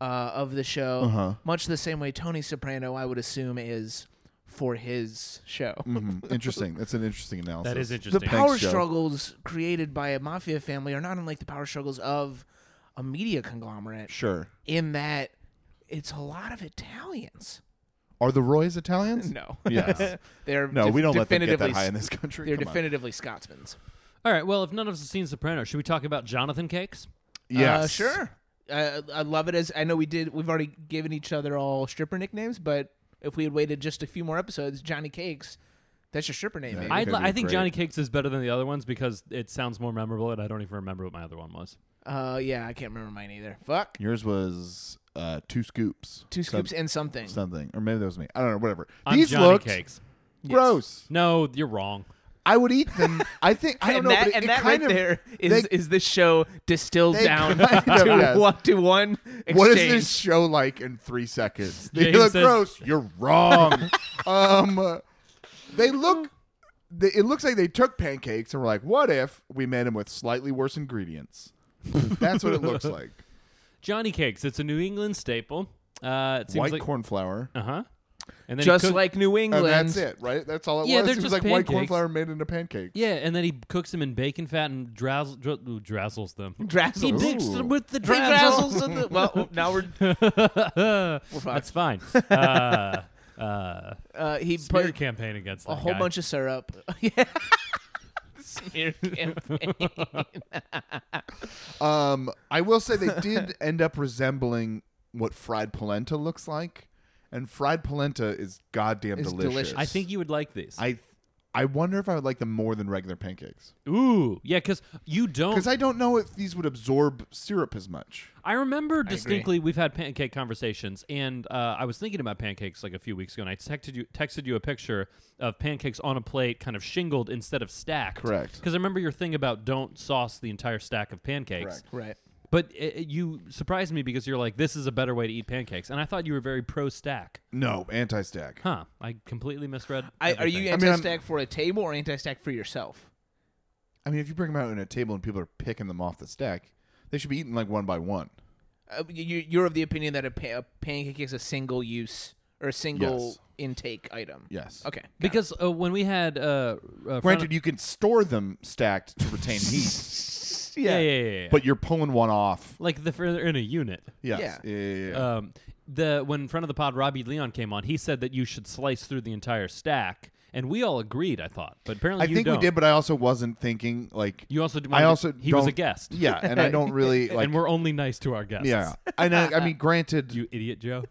Speaker 3: uh, of the show,
Speaker 2: Uh-huh.
Speaker 3: much the same way Tony Soprano, I would assume, is for his show.
Speaker 2: Mhm. interesting. That's an interesting analysis.
Speaker 1: That is
Speaker 3: The
Speaker 1: interesting.
Speaker 3: power
Speaker 2: Joe.
Speaker 3: struggles created by a mafia family are not unlike the power struggles of a media conglomerate.
Speaker 2: Sure.
Speaker 3: In that, it's a lot of Italians.
Speaker 2: Are the Roys Italians?
Speaker 3: No,
Speaker 2: Yes.
Speaker 3: they're
Speaker 2: No,
Speaker 3: def-
Speaker 2: we don't let them get
Speaker 3: definitively
Speaker 2: that high
Speaker 3: s-
Speaker 2: in this country.
Speaker 3: They're uh,
Speaker 2: Come on.
Speaker 3: definitively Scotsmans.
Speaker 1: All right. Well, if none of us have seen Soprano, should we talk about Jonathan Cakes?
Speaker 2: Yes.
Speaker 3: Uh, sure. Uh, I love it as I know we did. We've already given each other all stripper nicknames, but if we had waited just a few more episodes, Johnny Cakes, that's your stripper name.
Speaker 2: Yeah.
Speaker 3: baby.
Speaker 1: I'd
Speaker 2: That'd
Speaker 1: li-
Speaker 2: be
Speaker 1: I think
Speaker 2: great.
Speaker 1: Johnny Cakes is better than the other ones because it sounds more memorable, and I don't even remember what my other one was.
Speaker 3: uh, yeah, I can't remember mine either. Fuck,
Speaker 2: Yours was uh, two scoops.
Speaker 3: two
Speaker 2: Some-
Speaker 3: scoops and something.
Speaker 2: something, or maybe that was me. I don't know. Whatever.
Speaker 1: I'm
Speaker 2: These
Speaker 1: Johnny
Speaker 2: looked
Speaker 1: Cakes.
Speaker 2: gross.
Speaker 1: No, you're wrong.
Speaker 2: I would eat them. I think I don't
Speaker 3: and
Speaker 2: know.
Speaker 3: that,
Speaker 2: but it,
Speaker 3: and
Speaker 2: it
Speaker 3: that
Speaker 2: kind
Speaker 3: right
Speaker 2: of,
Speaker 3: there is
Speaker 2: they-
Speaker 3: is this show distilled
Speaker 2: they
Speaker 3: down
Speaker 2: kind of-
Speaker 3: to
Speaker 2: yes.
Speaker 3: what to one exchange.
Speaker 2: What is this show like in three seconds? They
Speaker 1: James
Speaker 2: look
Speaker 1: says-
Speaker 2: gross. You're wrong. um, uh, they look. They, it looks like they took pancakes and were like, "What if we made them with slightly worse ingredients?" That's what it looks like.
Speaker 1: Johnny Cakes. It's a New England staple. Uh, it seems
Speaker 2: white
Speaker 1: like,
Speaker 2: corn flour.
Speaker 1: Uh huh. And then he
Speaker 3: Just
Speaker 1: cook-
Speaker 3: like New
Speaker 2: And
Speaker 3: England,
Speaker 2: Oh, that's it, right? That's all it
Speaker 1: Yeah,
Speaker 2: was.
Speaker 1: they're
Speaker 2: It
Speaker 1: just
Speaker 2: was like white corn
Speaker 1: pancakes.
Speaker 2: flour made into pancakes.
Speaker 1: Yeah, and then he cooks them in bacon fat and drazzle, dra- ooh, drazzles them.
Speaker 3: Drazzles.
Speaker 1: He dicks
Speaker 2: Ooh.
Speaker 1: them with the
Speaker 3: Drink
Speaker 1: drazzles.
Speaker 3: drazzles of the- well, oh, now we're
Speaker 1: That's fine. Uh, uh,
Speaker 3: uh, he
Speaker 1: smear
Speaker 3: put
Speaker 1: campaign against
Speaker 3: a whole bunch of syrup. yeah. Smear campaign.
Speaker 2: Um, I will say they did end up resembling what fried polenta looks like, and fried polenta is goddamn
Speaker 3: It's
Speaker 2: delicious.
Speaker 3: delicious.
Speaker 1: I think you would like these.
Speaker 2: I, I wonder if I would like them more than regular pancakes
Speaker 1: Ooh, yeah, because you don't.
Speaker 2: because I don't know if these would absorb syrup as much.
Speaker 1: I remember distinctly we've had pancake conversations, and uh, I was thinking about pancakes like a few weeks ago, and I texted you texted you a picture of pancakes on a plate, kind of shingled instead of stacked.
Speaker 2: Correct.
Speaker 1: Because I remember your thing about don't sauce the entire stack of pancakes.
Speaker 2: Correct.
Speaker 3: Right.
Speaker 1: But i i- you surprised me because you're like, this is a better way to eat pancakes, and I thought you were very pro stack.
Speaker 2: No, anti-stack.
Speaker 1: Huh? I completely misread.
Speaker 3: I, are
Speaker 1: everything.
Speaker 3: you
Speaker 2: I mean, I'm-
Speaker 3: anti-stack for a table or anti-stack for yourself?
Speaker 2: I mean, if you bring them out on a table and people are picking them off the stack, they should be eaten like one by one.
Speaker 3: Uh, you, you're of the opinion that a, pa- a pancake is a single use or a single
Speaker 2: Yes.
Speaker 3: intake item.
Speaker 2: Yes.
Speaker 3: Okay.
Speaker 1: Because uh, when we had uh, uh,
Speaker 2: Granted, you can store them stacked to retain heat,
Speaker 1: yeah, yeah, yeah, yeah, yeah.
Speaker 2: but you're pulling one off.
Speaker 1: like the further in a unit.
Speaker 2: Yes.
Speaker 3: Yeah.
Speaker 2: Yeah, yeah, yeah.
Speaker 1: um, the when front of the pod Robbie Leon came on, he said that you should slice through the entire stack, and we all agreed. I thought, but apparently
Speaker 2: I
Speaker 1: you
Speaker 2: think
Speaker 1: don't.
Speaker 2: we did, but I also wasn't thinking like
Speaker 1: You also.
Speaker 2: I
Speaker 1: wanted-
Speaker 2: also
Speaker 1: he was a
Speaker 2: don't-
Speaker 1: guest.
Speaker 2: Yeah, and I don't really like.
Speaker 1: and we're only nice to our guests.
Speaker 2: yeah, and I, I mean, granted,
Speaker 1: you idiot, Joe.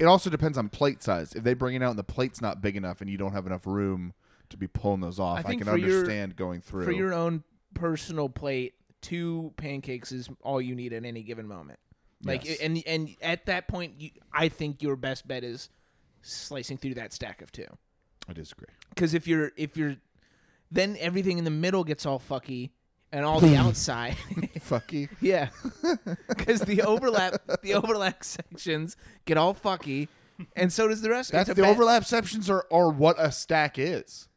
Speaker 2: it also depends on plate size. If they bring it out and the plate's not big enough, and you don't have enough room to be pulling those off,
Speaker 3: I
Speaker 2: I,
Speaker 3: think
Speaker 2: can
Speaker 3: for your-
Speaker 2: understand going through.
Speaker 3: For your own personal plate, two pancakes is all you need at any given moment. Like
Speaker 2: Yes.
Speaker 3: and and at that point, you, I think your best bet is slicing through that stack of two.
Speaker 2: I disagree.
Speaker 3: Because if you're if you're, then everything in the middle gets all fucky, and all the outside.
Speaker 2: Fucky.
Speaker 3: Yeah, because the overlap, the overlap sections get all fucky, and so does the rest.
Speaker 2: That's
Speaker 3: It's a
Speaker 2: the
Speaker 3: bad-
Speaker 2: overlap sections are, are what a stack is.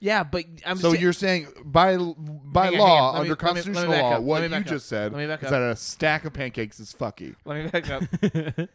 Speaker 3: Yeah, but I'm
Speaker 2: So
Speaker 3: saying-
Speaker 2: you're saying by by
Speaker 3: Hang on,
Speaker 2: law,
Speaker 3: hang on. Let me-
Speaker 2: under
Speaker 3: let me- let me
Speaker 2: constitutional
Speaker 3: back
Speaker 2: law,
Speaker 3: up.
Speaker 2: what
Speaker 3: Let me
Speaker 2: you
Speaker 3: back
Speaker 2: just
Speaker 3: up.
Speaker 2: said
Speaker 3: Let me back
Speaker 2: is
Speaker 3: up.
Speaker 2: that a stack of pancakes is fucky.
Speaker 3: Let me back up.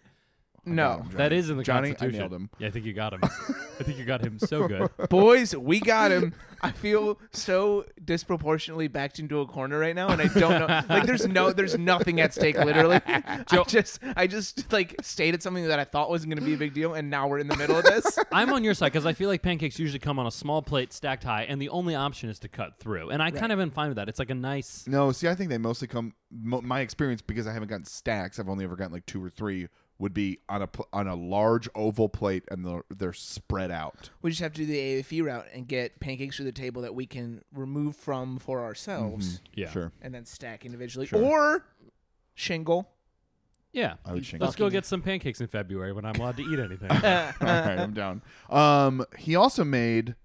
Speaker 3: no,
Speaker 1: That is in the
Speaker 2: Johnny, I
Speaker 1: Constitution.
Speaker 2: nailed him.
Speaker 1: Yeah, I think you got him. I think you got him so good.
Speaker 3: boys, we got him. I feel so disproportionately backed into a corner right now, and I don't know. Like, there's no, there's nothing at stake. Literally, I just, I just like stated something that I thought wasn't going to be a big deal, and now we're in the middle of this.
Speaker 1: I'm on your side because I feel like pancakes usually come on a small plate stacked high, and the only option is to cut through. And I kind of am fine with that. It's like a nice.
Speaker 2: No, see, I think they mostly come. Mo- my experience because I haven't gotten stacks. I've only ever gotten like two or three. Would be on a pl- on a large oval plate, and they're, they're spread out.
Speaker 3: We just have to do the AFE route and get pancakes to the table that we can remove from for
Speaker 2: Mm-hmm.
Speaker 3: ourselves,
Speaker 1: Yeah.
Speaker 2: Sure,
Speaker 3: and then stack individually, or shingle.
Speaker 1: Yeah.
Speaker 2: I would shingle.
Speaker 1: Let's go get some pancakes in February when I'm allowed to eat anything.
Speaker 2: All right, I'm down. Um, he also made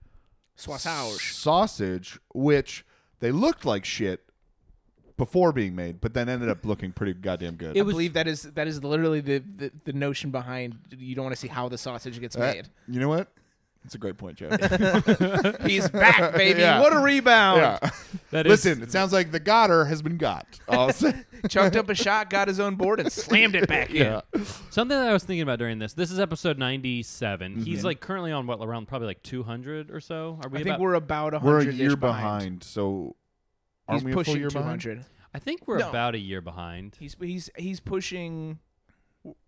Speaker 3: Sausage.
Speaker 2: sausage, which they looked like shit before being made, but then ended up looking pretty goddamn good.
Speaker 1: It
Speaker 3: I
Speaker 1: was-
Speaker 3: believe that is that is literally the, the, the notion behind you don't want to see how the sausage gets
Speaker 2: That-
Speaker 3: made.
Speaker 2: you know what? It's a great point, Joe.
Speaker 3: He's back, baby!
Speaker 2: Yeah.
Speaker 3: What a rebound!
Speaker 2: yeah.
Speaker 1: That is-
Speaker 2: Listen, it sounds like the Goddard has been got. I'll say-
Speaker 3: Chucked up a shot, got his own board, and slammed it back in.
Speaker 1: Something that I was thinking about during this. This is episode 97. He's like currently on what around probably like 200 or so. Are we?
Speaker 3: Mm-hmm. I think
Speaker 1: about-
Speaker 3: we're about
Speaker 2: We're a
Speaker 3: 100 -ish
Speaker 2: year
Speaker 3: behind.
Speaker 2: behind, so aren't
Speaker 3: He's
Speaker 2: we a full
Speaker 3: pushing
Speaker 2: year behind?
Speaker 3: 200.
Speaker 1: I think we're
Speaker 3: No.
Speaker 1: about a year behind.
Speaker 3: He's he's he's pushing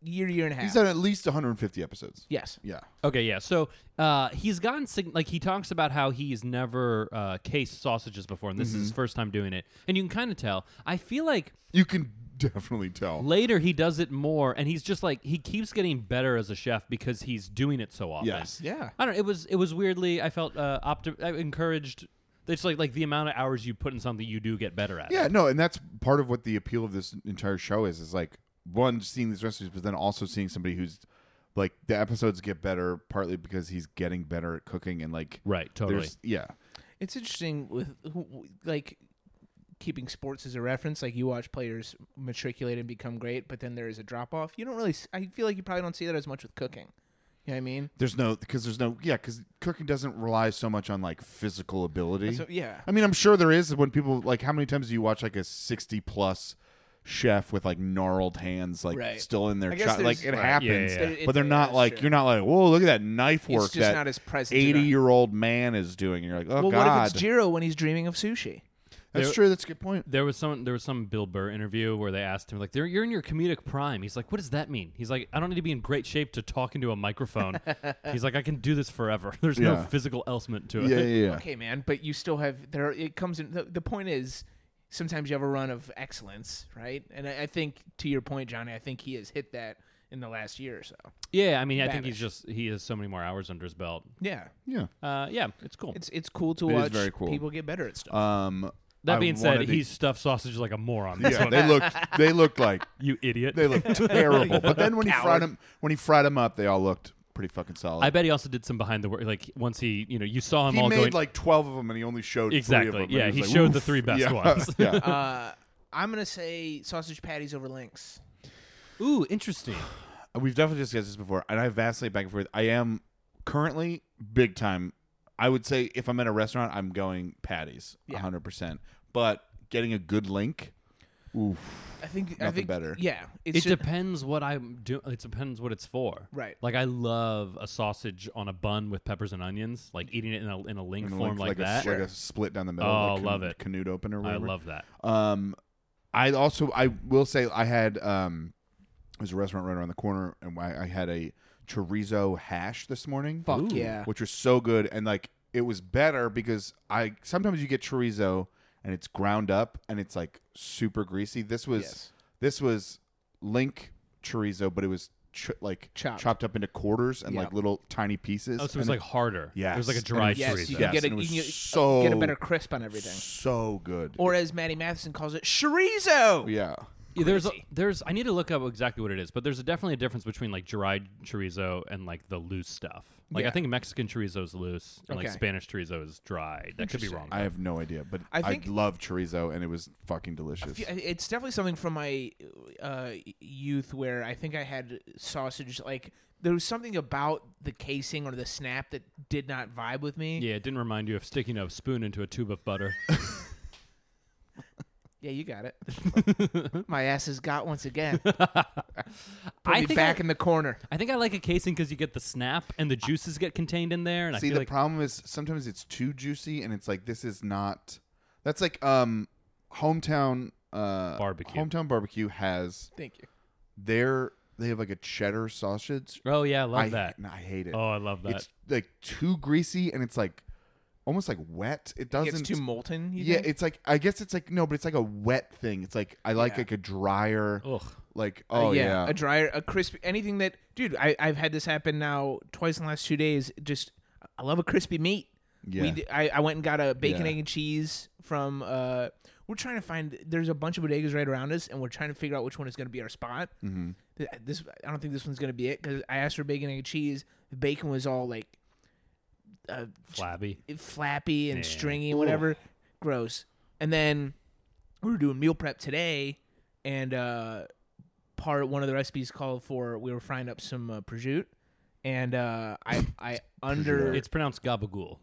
Speaker 3: year year and a half.
Speaker 2: He's done at least 150 episodes.
Speaker 3: yes.
Speaker 2: Yeah.
Speaker 1: Okay, yeah. So uh, he's gotten sig- like he talks about how he's never uh, cased sausages before, and this is his
Speaker 3: Mm-hmm.
Speaker 1: first time doing it. And you can kind of tell. I feel like
Speaker 2: You can definitely tell.
Speaker 1: later he does it more, and he's just like he keeps getting better as a chef because he's doing it so often.
Speaker 2: Yes.
Speaker 3: Yeah.
Speaker 1: I don't. know. It was it was weirdly. I felt uh, opti- uh, encouraged. It's like like the amount of hours you put in something, you do get better at.
Speaker 2: Yeah,
Speaker 1: It.
Speaker 2: no, and that's part of what the appeal of this entire show is is like one seeing these recipes, but then also seeing somebody who's like the episodes get better partly because he's getting better at cooking and like
Speaker 1: Right. Totally.
Speaker 2: there's yeah
Speaker 3: It's interesting with who- like keeping sports as a reference. Like you watch players matriculate and become great, but then there is a drop off. You don't really. s- I feel like you probably don't see that as much with cooking. You know what I mean?
Speaker 2: there's no because there's no yeah because cooking doesn't rely so much on like physical ability.
Speaker 3: So yeah.
Speaker 2: I mean, I'm sure there is when people like how many times do you watch like a 60 plus chef with like gnarled hands like
Speaker 3: Right.
Speaker 2: still in their
Speaker 3: I guess
Speaker 2: chop like it
Speaker 3: there's- right.
Speaker 2: happens
Speaker 1: Yeah, yeah, yeah.
Speaker 2: but they're
Speaker 3: It's-
Speaker 2: not
Speaker 3: that's
Speaker 2: like
Speaker 3: true.
Speaker 2: you're not like whoa look at that knife work
Speaker 3: just
Speaker 2: that
Speaker 3: not as present to that.
Speaker 2: 80 year old man is doing and you're like oh
Speaker 3: well,
Speaker 2: god
Speaker 3: what if it's Jiro when he's dreaming of sushi?
Speaker 2: That's
Speaker 1: There-
Speaker 2: true. That's a good point.
Speaker 1: There was some there was some Bill Burr interview where they asked him like "There- you're in your comedic prime. He's like, what does that mean? He's like, I don't need to be in great shape to talk into a microphone. He's like, I can do this forever. There's no
Speaker 2: Yeah.
Speaker 1: physical element to it.
Speaker 2: Yeah, yeah, yeah.
Speaker 3: Okay, man, but you still have there. It comes in. The, the point is, sometimes you have a run of excellence, right? And I, I think to your point, Johnny, I think he has hit that in the last year or so.
Speaker 1: Yeah, I mean, I think
Speaker 3: Babish.
Speaker 1: he's just he has so many more hours under his belt.
Speaker 3: Yeah,
Speaker 2: Yeah.
Speaker 1: Uh, yeah, it's cool.
Speaker 3: it's it's cool to
Speaker 2: It is
Speaker 3: watch
Speaker 2: very cool.
Speaker 3: people get better at stuff.
Speaker 2: Um.
Speaker 1: that
Speaker 2: I
Speaker 1: being said,
Speaker 2: wanted to-
Speaker 1: he stuffed sausage like a moron. That's
Speaker 2: Yeah,
Speaker 1: what-
Speaker 2: they looked. They looked like
Speaker 1: you idiot.
Speaker 2: they looked terrible. But then when he fried them, when he fried them up, they all looked pretty fucking solid.
Speaker 1: I bet he also did some behind the work. Like once he, you know, you saw him
Speaker 2: he
Speaker 1: all
Speaker 2: made
Speaker 1: going.
Speaker 2: like twelve of them, and he only showed Three
Speaker 1: Exactly.
Speaker 2: of them,
Speaker 1: Yeah,
Speaker 2: and
Speaker 1: he
Speaker 2: was like,
Speaker 1: showed the
Speaker 2: "Oof."
Speaker 1: three best
Speaker 2: yeah.
Speaker 1: ones.
Speaker 2: yeah.
Speaker 3: Uh, I'm gonna say sausage patties over links.
Speaker 1: Ooh, interesting.
Speaker 2: Uh, we've definitely discussed this before, and I vacillate back and forth. I am currently big time. I would say if I'm at a restaurant, I'm going patties,
Speaker 3: Yeah.
Speaker 2: hundred percent. But getting a good link, oof.
Speaker 3: I think I
Speaker 2: Nothing
Speaker 3: think
Speaker 2: better.
Speaker 3: Yeah, it's
Speaker 1: It
Speaker 3: just,
Speaker 1: depends what I'm doing. It depends what it's for.
Speaker 3: Right.
Speaker 1: Like I love a sausage on a bun with peppers and onions. Like eating it in a in a link
Speaker 2: And
Speaker 1: form like,
Speaker 2: like, like
Speaker 1: that.
Speaker 2: A, like a split down the middle.
Speaker 1: Oh,
Speaker 2: like
Speaker 1: love
Speaker 2: canoe-
Speaker 1: it.
Speaker 2: Canoe opener.
Speaker 1: I
Speaker 2: whatever.
Speaker 1: love that.
Speaker 2: Um, I also I will say I had um, there's a restaurant right around the corner, and I, I had a chorizo hash this morning.
Speaker 3: Fuck Ooh. yeah.
Speaker 2: which was so good, and like it was better because I sometimes you get chorizo and it's ground up and it's like super greasy. This was
Speaker 3: Yes.
Speaker 2: this was link chorizo, but it was ch- like
Speaker 3: Chopped.
Speaker 2: up into quarters and
Speaker 3: Yeah.
Speaker 2: like little tiny pieces.
Speaker 1: Oh, so it was
Speaker 2: and
Speaker 1: like harder.
Speaker 2: Yes.
Speaker 1: It was like a
Speaker 2: And
Speaker 1: dry
Speaker 2: it's-
Speaker 3: yes,
Speaker 1: chorizo.
Speaker 3: you can
Speaker 2: Yes,
Speaker 3: get
Speaker 2: and
Speaker 3: a,
Speaker 2: it
Speaker 3: you
Speaker 2: was
Speaker 3: can get-
Speaker 2: so-
Speaker 3: get a better crisp on everything.
Speaker 2: so good.
Speaker 3: Or as Maddie Matheson calls it, chorizo.
Speaker 2: Oh, yeah.
Speaker 1: Yeah, there's a,
Speaker 3: Crazy.
Speaker 1: there's I need to look up exactly what it is, but there's a, definitely a difference between like dried chorizo and like the loose stuff. Like I
Speaker 3: Yeah.
Speaker 1: think Mexican chorizo is loose, and like
Speaker 3: Okay.
Speaker 1: Spanish chorizo is dried. That could be wrong.
Speaker 2: I have no idea, but I,
Speaker 3: I think-
Speaker 2: love chorizo, and it was fucking delicious.
Speaker 3: Yeah, It's definitely something from my uh, youth where I think I had sausage. Like there was something about the casing or the snap that did not vibe with me.
Speaker 1: yeah, it didn't remind you of sticking a spoon into a tube of butter.
Speaker 3: Yeah, you got it. my ass is got once again. Put
Speaker 1: I
Speaker 3: me
Speaker 1: think
Speaker 3: back
Speaker 1: I-
Speaker 3: in the corner.
Speaker 1: I think I like a casing because you get the snap and the juices get contained in there, and I
Speaker 2: See,
Speaker 1: feel
Speaker 2: the
Speaker 1: like
Speaker 2: problem is sometimes it's too juicy, and it's like this is not. That's like um, hometown uh
Speaker 1: Barbecue.
Speaker 2: Hometown barbecue has
Speaker 3: Thank you.
Speaker 2: their they have like a cheddar sausage.
Speaker 1: oh yeah, I love
Speaker 2: I,
Speaker 1: that.
Speaker 2: and I hate it.
Speaker 1: Oh, I love that.
Speaker 2: It's like too greasy, and it's like almost like wet. It doesn't.
Speaker 3: It's too molten. You
Speaker 2: yeah,
Speaker 3: think?
Speaker 2: it's like I guess it's like no, but it's like a wet thing. It's like I like
Speaker 3: Yeah.
Speaker 2: like a drier,
Speaker 1: Ugh. Uh,
Speaker 2: like oh yeah,
Speaker 3: a dryer, a crispy, anything that, dude. I, I've had this happen now twice in the last two days. Just, I love a crispy meat.
Speaker 2: Yeah.
Speaker 3: We, d- I, I went and got a bacon,
Speaker 2: Yeah.
Speaker 3: egg, and cheese from. Uh, we're trying to find. There's a bunch of bodegas right around us, and we're trying to figure out which one is going to be our spot. Mm-hmm. This, I don't think this one's going to be it because I asked for bacon, egg, and cheese. The bacon was all like
Speaker 1: flabby.
Speaker 3: flappy and stringy and whatever. Gross. And then we were doing meal prep today, and uh, part one of the recipes called for we were frying up some uh, prosciutto, and uh, I I under
Speaker 1: It's pronounced gabagool.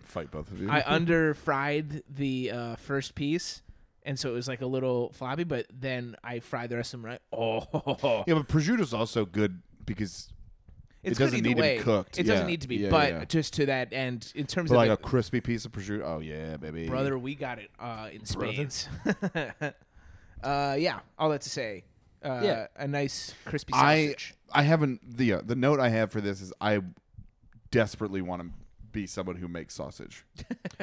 Speaker 2: fight both of you.
Speaker 3: I under fried the uh, first piece. And so it was like a little floppy, but then I fried the rest of them right. Oh,
Speaker 2: yeah, but prosciutto's also good because
Speaker 3: it's
Speaker 2: doesn't
Speaker 3: good
Speaker 2: need
Speaker 3: either
Speaker 2: to be
Speaker 3: way.
Speaker 2: cooked.
Speaker 3: It doesn't
Speaker 2: Yeah.
Speaker 3: need to be,
Speaker 2: Yeah,
Speaker 3: but
Speaker 2: yeah.
Speaker 3: just to that end, in terms
Speaker 2: but
Speaker 3: of
Speaker 2: like a
Speaker 3: like,
Speaker 2: crispy piece of prosciutto. Oh yeah, baby.
Speaker 3: brother, we got it uh, in spades. uh, yeah, all that to say, uh,
Speaker 1: Yeah.
Speaker 3: a nice crispy
Speaker 2: I
Speaker 3: sausage.
Speaker 2: I haven't the uh, the note I have for this is I desperately want to be someone who makes sausage.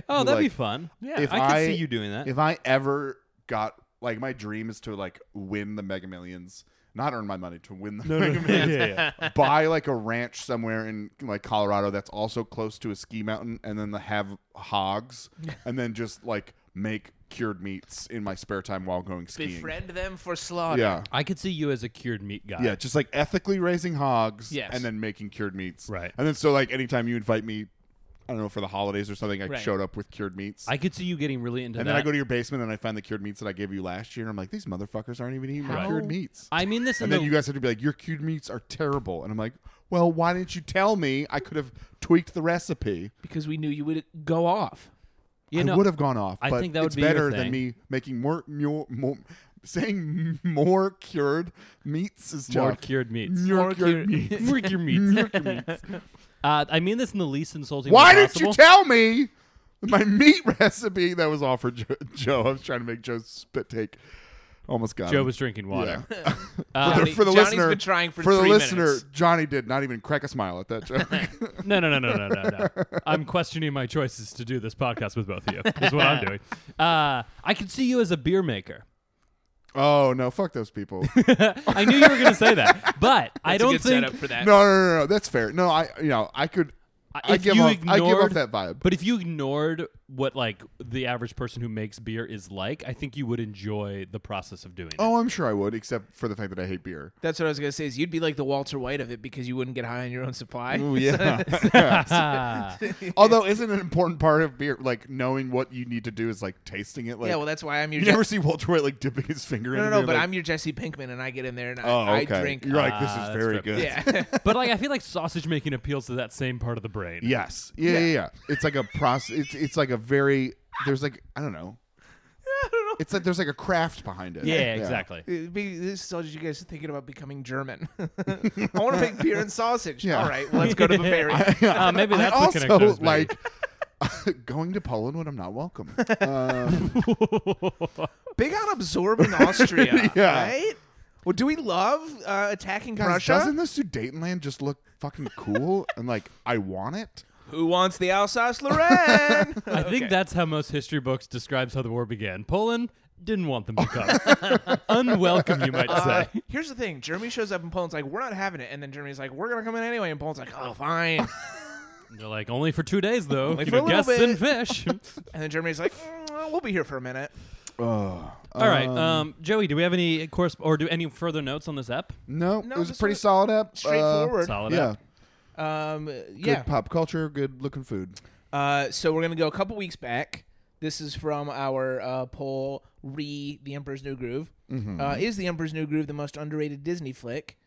Speaker 1: Oh, that'd be
Speaker 2: Like,
Speaker 1: fun. Yeah,
Speaker 2: if
Speaker 1: I could see you doing that.
Speaker 2: If I ever got like my dream is to like win the Mega Millions, not earn my money to win the Mega Millions. Buy like a ranch somewhere in like Colorado that's also close to a ski mountain, and then have hogs, and then just like make cured meats in my spare time while going skiing.
Speaker 3: Befriend them for slaughter.
Speaker 2: Yeah.
Speaker 1: I could see you as a cured meat guy.
Speaker 2: Yeah, just like ethically raising hogs
Speaker 3: Yes.
Speaker 2: and then making cured meats.
Speaker 1: Right.
Speaker 2: And then so like anytime you invite me, I don't know, for the holidays or something, I
Speaker 3: Right.
Speaker 2: showed up with cured meats.
Speaker 1: I could see you getting really into
Speaker 2: and
Speaker 1: that.
Speaker 2: then I go to your basement and I find the cured meats that I gave you last year. And I'm like, these motherfuckers aren't even eating my
Speaker 1: Right.
Speaker 2: cured meats.
Speaker 1: I mean this in
Speaker 2: and
Speaker 1: the
Speaker 2: then you guys have to be like, your cured meats are terrible. And I'm like, well, why didn't you tell me? I could have tweaked the recipe.
Speaker 3: Because we knew you would go off.
Speaker 1: you
Speaker 2: I
Speaker 1: know,
Speaker 2: would have gone off.
Speaker 1: I
Speaker 2: but
Speaker 1: think that would
Speaker 2: it's
Speaker 1: be your
Speaker 2: better than
Speaker 1: thing.
Speaker 2: me making more, more, more saying more cured meats is
Speaker 1: more
Speaker 2: tough.
Speaker 1: cured meats.
Speaker 2: More cured meats.
Speaker 1: More cured meats. uh, I mean this in the least insulting
Speaker 2: Why
Speaker 1: way
Speaker 2: didn't you
Speaker 1: possible.
Speaker 2: tell me my meat recipe that was offered Joe? Joe I was trying to make Joe spit take. Almost got
Speaker 1: Joe
Speaker 2: him.
Speaker 1: was drinking water.
Speaker 2: for,
Speaker 3: Um, Johnny-
Speaker 2: the, for the
Speaker 3: Johnny's
Speaker 2: listener,
Speaker 3: been trying for
Speaker 2: the
Speaker 3: three
Speaker 2: listener,
Speaker 3: minutes.
Speaker 2: Johnny did not even crack a smile at that joke.
Speaker 1: No, no, no, no, no, no, no. I'm questioning my choices to do this podcast with both of you. Is what I'm doing. Uh, I could see you as a beer maker.
Speaker 2: oh no, fuck those people.
Speaker 1: I knew you were going to say that, but I
Speaker 3: It's a
Speaker 1: don't
Speaker 3: good
Speaker 1: think.
Speaker 3: setup for that.
Speaker 2: no, no, no, no, that's fair. No, I, you know, I could, I
Speaker 1: if
Speaker 2: give
Speaker 1: you
Speaker 2: off, I give off
Speaker 1: ignored-
Speaker 2: that vibe.
Speaker 1: But if you ignored what like the average person who makes beer is like, I think you would enjoy the process of doing it.
Speaker 2: oh, I'm sure I would, except for the fact that I hate beer.
Speaker 3: That's what I was gonna say. Is you'd be like the Walter White of it because you wouldn't get high on your own supply.
Speaker 2: Mm, yeah.
Speaker 1: Ah,
Speaker 2: Although, isn't an important part of beer like knowing what you need to do is like tasting it? Like,
Speaker 3: yeah, well, that's why I'm your.
Speaker 2: you
Speaker 3: Je-
Speaker 2: never see Walter White like dipping his finger.
Speaker 3: no,
Speaker 2: in
Speaker 3: no, no. But I'm your Jesse Pinkman, and I get in there and I,
Speaker 2: Oh, okay.
Speaker 3: I drink.
Speaker 2: You're like, this
Speaker 1: Ah,
Speaker 2: is
Speaker 1: that's
Speaker 2: very
Speaker 1: fair.
Speaker 2: good.
Speaker 3: yeah,
Speaker 1: but like I feel like sausage making appeals to that same part of the brain.
Speaker 2: Yes. Yeah, yeah, yeah. It's like a process. It's, it's like a very. There's like I don't know. It's like there's like a craft behind it.
Speaker 1: Yeah, exactly.
Speaker 3: It'd be- this is all just you guys thinking about becoming German. I want to make beer and sausage.
Speaker 2: Yeah.
Speaker 3: All right, well, let's go to Bavaria.
Speaker 1: Uh, maybe that's
Speaker 2: I
Speaker 1: the
Speaker 2: also
Speaker 1: connection. I was making.
Speaker 2: like going to Poland when I'm not welcome. Um,
Speaker 3: Big on absorbing Austria,
Speaker 2: Yeah.
Speaker 3: right? Well, do we love uh, attacking
Speaker 2: guys,
Speaker 3: Russia?
Speaker 2: doesn't the Sudetenland just look fucking cool? and like I want it.
Speaker 3: Who wants the Alsace Lorraine?
Speaker 1: I think that's how most history books describes how the war began. Poland didn't want them to come. Unwelcome, you might
Speaker 3: Uh,
Speaker 1: say.
Speaker 3: here's the thing: Germany shows up and Poland's like, "We're not having it," and then Germany's like, "We're gonna come in anyway," and Poland's like, "Oh, fine."
Speaker 1: They're like only for two days though.
Speaker 3: Only
Speaker 1: you
Speaker 3: for a
Speaker 1: know,
Speaker 3: little
Speaker 1: guests and
Speaker 3: bit.
Speaker 1: fish.
Speaker 2: Uh,
Speaker 3: and then Germany's like, "Mm, "We'll be here for a minute."
Speaker 1: All right, um, Joey, do we have any course or do any further notes on this app?
Speaker 2: No,
Speaker 3: No,
Speaker 2: it was a
Speaker 3: this
Speaker 2: pretty
Speaker 3: was
Speaker 2: solid app.
Speaker 3: straightforward.
Speaker 2: Uh,
Speaker 1: Solid.
Speaker 2: yeah,
Speaker 1: app.
Speaker 3: Um,
Speaker 2: good
Speaker 3: yeah.
Speaker 2: pop culture, good looking food.
Speaker 3: Uh, so we're gonna go a couple weeks back. This is from our uh, poll re The Emperor's New Groove.
Speaker 2: Mm-hmm.
Speaker 3: Uh, is The Emperor's New Groove the most underrated Disney flick?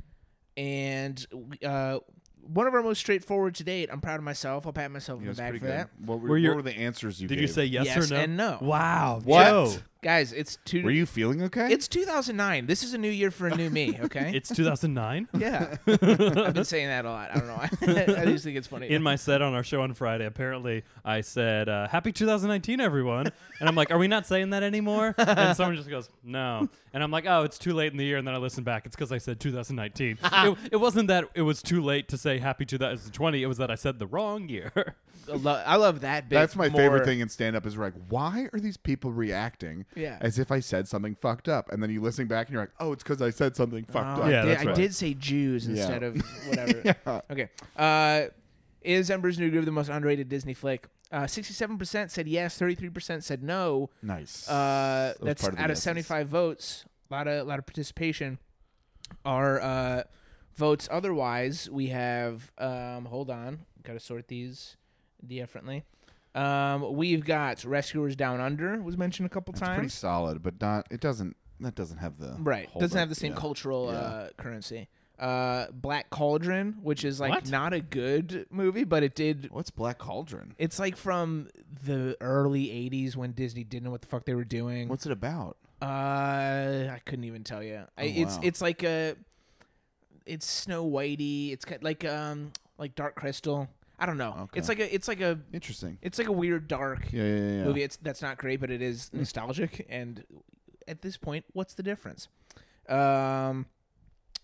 Speaker 3: And uh, one of our most straightforward to date. I'm proud of myself. I'll pat myself on the back for that.
Speaker 2: What were,
Speaker 1: Were your-
Speaker 2: what were the answers you
Speaker 1: Did
Speaker 2: gave?
Speaker 1: you say yes,
Speaker 3: Yes
Speaker 1: or no?
Speaker 3: and no.
Speaker 1: Wow.
Speaker 2: What?
Speaker 1: Joe.
Speaker 3: Guys, it's two.
Speaker 2: Were you feeling okay?
Speaker 3: It's 2009. This is a new year for a new me. Okay.
Speaker 1: It's 2009.
Speaker 3: yeah. I've been saying that a lot. I don't know. I just think it's funny.
Speaker 1: In my set on our show on Friday, apparently I said, uh, "Happy 2019, everyone," and I'm like, "Are we not saying that anymore?" And someone just goes, "No," and I'm like, "Oh, it's too late in the year." And then I listen back; it's because I said 2019. it, it wasn't that it was too late to say Happy 2020; it was that I said the wrong year.
Speaker 3: I lo- I love that bit.
Speaker 2: That's my
Speaker 3: more.
Speaker 2: favorite thing in stand up is like, why are these people reacting
Speaker 3: Yeah.
Speaker 2: as if I said something fucked up? And then you listen back and you're like, oh, it's because I said something fucked
Speaker 3: Oh,
Speaker 2: up.
Speaker 1: Yeah,
Speaker 3: I, did,
Speaker 1: that's
Speaker 3: I
Speaker 1: right.
Speaker 3: did say Jews instead
Speaker 2: Yeah.
Speaker 3: of whatever. Okay. Uh, is Ember's New Groove the most underrated Disney flick? Uh, 67% said yes, 33% said no.
Speaker 2: Nice.
Speaker 3: Uh,
Speaker 2: That was
Speaker 3: that's
Speaker 2: part
Speaker 3: out
Speaker 2: the
Speaker 3: of
Speaker 2: yeses.
Speaker 3: 75 votes. A lot of, lot of participation. Our uh, votes otherwise, we have, um, hold on, got to sort these differently. Um, we've got Rescuers Down Under was mentioned a couple
Speaker 2: It's pretty
Speaker 3: times.
Speaker 2: solid, but not. It doesn't. That doesn't have the
Speaker 3: Right.
Speaker 2: hold
Speaker 3: Doesn't
Speaker 2: up.
Speaker 3: have the same
Speaker 2: Yeah.
Speaker 3: cultural uh, currency. Uh, Black Cauldron, which is like
Speaker 1: What?
Speaker 3: not a good movie, but it did.
Speaker 2: What's Black Cauldron?
Speaker 3: It's like from the early '80s when Disney didn't know what the fuck they were doing.
Speaker 2: What's it about?
Speaker 3: uh, I couldn't even tell you. I, it's
Speaker 2: Oh, wow.
Speaker 3: it's like a, it's Snow Whitey. It's kind like um like Dark Crystal. I don't know.
Speaker 2: Okay.
Speaker 3: It's like a it's like a
Speaker 2: Interesting.
Speaker 3: it's like a weird dark
Speaker 2: Yeah, yeah, yeah. yeah.
Speaker 3: movie. It's that's not great, but it is nostalgic. And at this point, what's the difference? Um,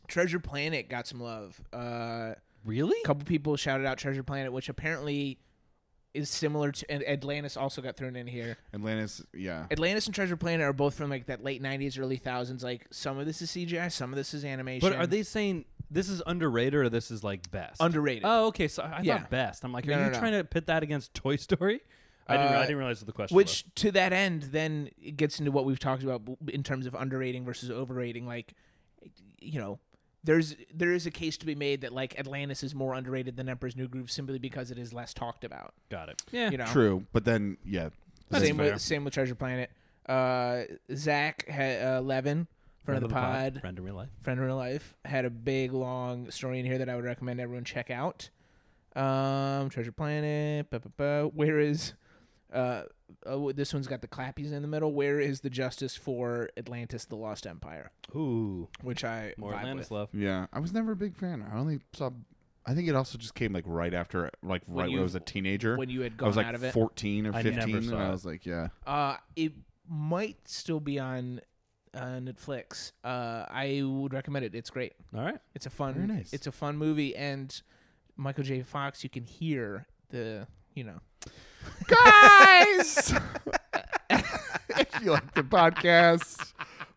Speaker 3: Treasure Planet got some love. Uh,
Speaker 1: Really?
Speaker 3: a couple people shouted out Treasure Planet, which apparently is similar to and Atlantis. Also got thrown in here.
Speaker 2: Atlantis. Yeah.
Speaker 3: Atlantis and Treasure Planet are both from like that late '90s, early thousands. Like some of this is CGI, some of this is animation.
Speaker 1: But are they saying this is underrated or this is like best?
Speaker 3: Underrated.
Speaker 1: Oh, okay. So I
Speaker 3: Yeah.
Speaker 1: thought best. I'm like, are
Speaker 3: No, no,
Speaker 1: you
Speaker 3: no.
Speaker 1: trying to pit that against Toy Story? I didn't.
Speaker 3: Uh,
Speaker 1: I didn't realize what the question was.
Speaker 3: Which to that end, then it gets into what we've talked about b- in terms of underrating versus overrating. Like, you know, there's there is a case to be made that like Atlantis is more underrated than Emperor's New Groove simply because it is less talked about.
Speaker 1: Got it. Yeah.
Speaker 3: You know,
Speaker 2: True, but then yeah.
Speaker 1: That's
Speaker 3: same
Speaker 1: fair.
Speaker 3: with same with Treasure Planet. Uh, Zach ha- uh, Levin, friend of the pod,
Speaker 1: Friend in real life.
Speaker 3: friend in real life, had a big long story in here that I would recommend everyone check out. Um, Treasure Planet. ba, ba, ba. Where is uh, oh, this one's got the clappies in the middle. Where is the justice for Atlantis, the Lost Empire?
Speaker 1: Ooh.
Speaker 3: Which I
Speaker 1: More
Speaker 3: vibe
Speaker 1: Atlantis
Speaker 3: with.
Speaker 1: love.
Speaker 2: Yeah, I was never a big fan. I only saw. I think it also just came like right after, like right when
Speaker 3: you-
Speaker 2: I was a teenager.
Speaker 3: when you had
Speaker 2: I was
Speaker 3: gone
Speaker 2: like
Speaker 3: out of it.
Speaker 2: fourteen or
Speaker 1: I never
Speaker 2: fifteen, and
Speaker 1: saw
Speaker 2: I
Speaker 1: it.
Speaker 2: was like, yeah,
Speaker 3: Uh, it might still be on uh, Netflix. Uh, I would recommend it. It's great.
Speaker 1: All right.
Speaker 3: It's a fun.
Speaker 2: Very nice.
Speaker 3: It's a fun movie, and Michael J. Fox. You can hear the. You know.
Speaker 2: guys. if you like the podcast,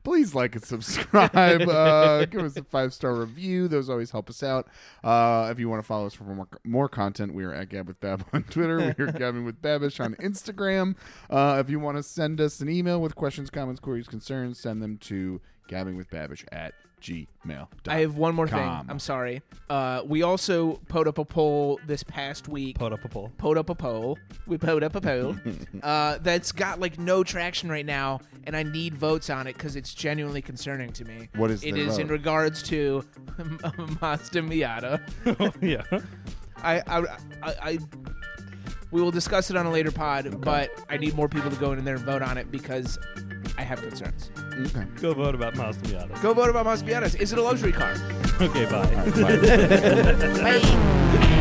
Speaker 2: please like and subscribe. Uh, give us a five star review; those always help us out. Uh, if you want to follow us for more, more content, we are at Gab with Bab on Twitter. We are Gabbing with Babish on Instagram. Uh, if you want to send us an email with questions, comments, queries, concerns, send them to gabbingwithbabish at gmail.
Speaker 3: I have one more
Speaker 2: com.
Speaker 3: thing. I'm sorry. Uh, we also put up a poll this past week.
Speaker 1: Pot up a poll.
Speaker 3: Put up a poll. We put up a poll uh, that's got like no traction right now, and I need votes on it because it's genuinely concerning to me.
Speaker 2: What is
Speaker 3: it?
Speaker 2: the
Speaker 3: Is in
Speaker 2: vote?
Speaker 3: regards to Mazda Miata.
Speaker 1: yeah.
Speaker 3: I, I, I, I, we will discuss it on a later pod, but I need more people to go in there and vote on it because I have concerns.
Speaker 2: Okay.
Speaker 1: Go vote about Mazda Miata.
Speaker 3: Go vote about Mazda Miatas. Is it a luxury car?
Speaker 1: Okay, bye.
Speaker 2: Bye.
Speaker 3: Bye.